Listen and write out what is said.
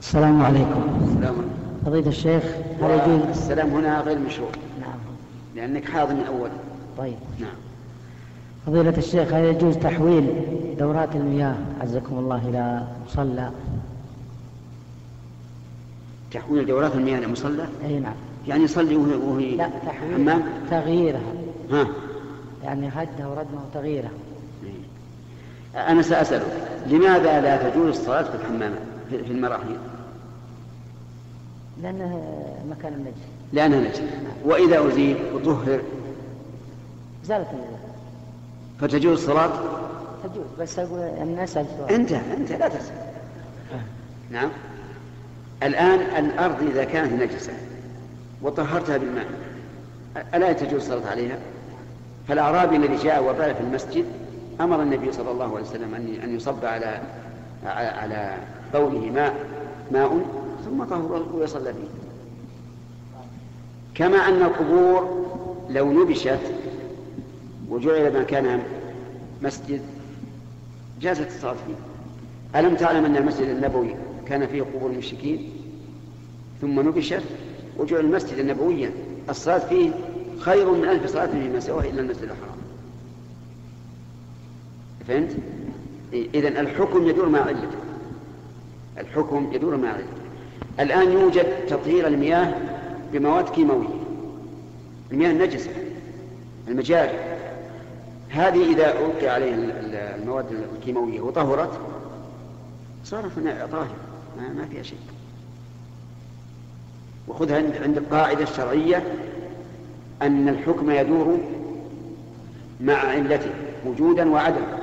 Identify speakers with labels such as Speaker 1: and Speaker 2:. Speaker 1: السلام عليكم
Speaker 2: السلام
Speaker 1: فضيلة الشيخ هل يجوز
Speaker 2: السلام هنا غير مشروع
Speaker 1: نعم
Speaker 2: لأنك حاضن أولا
Speaker 1: طيب
Speaker 2: نعم
Speaker 1: فضيلة الشيخ هل يجوز تحويل دورات المياه عزكم الله إلى مصلى
Speaker 2: تحويل دورات المياه إلى مصلى
Speaker 1: أي نعم
Speaker 2: يعني يصلي وهي وهي
Speaker 1: لا تحويل
Speaker 2: حمام
Speaker 1: تغييرها
Speaker 2: ها
Speaker 1: يعني هدها وردمها وتغييرها
Speaker 2: أنا سأسألك لماذا لا تجوز الصلاة في الحمامات في في المراحيض
Speaker 1: لأنه مكان النجس
Speaker 2: لأنها نجس وإذا أزيل وطهر
Speaker 1: زالت النجس
Speaker 2: فتجوز الصلاة
Speaker 1: تجوز بس أقول الناس آه. السؤال
Speaker 2: أنت أنت لا تسأل نعم الآن الأرض إذا كانت نجسة وطهرتها بالماء ألا تجوز الصلاة عليها؟ فالأعرابي الذي جاء وبال في المسجد أمر النبي صلى الله عليه وسلم أن أن يصب على على- على بوله ماء ماء ثم طهر ويصلى فيه كما أن القبور لو نبشت وجعل مكانها مسجد جازت الصلاة فيه ألم تعلم أن المسجد النبوي كان فيه قبور المشركين ثم نبشت وجعل المسجد النبويا الصلاة فيه خير من ألف صلاة فيما سواه إلا المسجد الحرام فهمت؟ إذا الحكم يدور مع علته الحكم يدور مع علته الآن يوجد تطهير المياه بمواد كيماوية المياه النجسة المجاري هذه إذا ألقي عليها ال- ال- المواد الكيماوية وطهرت صارت نا- طاهرة ما, ما فيها شيء وخذها عند- عند القاعدة الشرعية أن الحكم يدور مع علته وجودا وعدما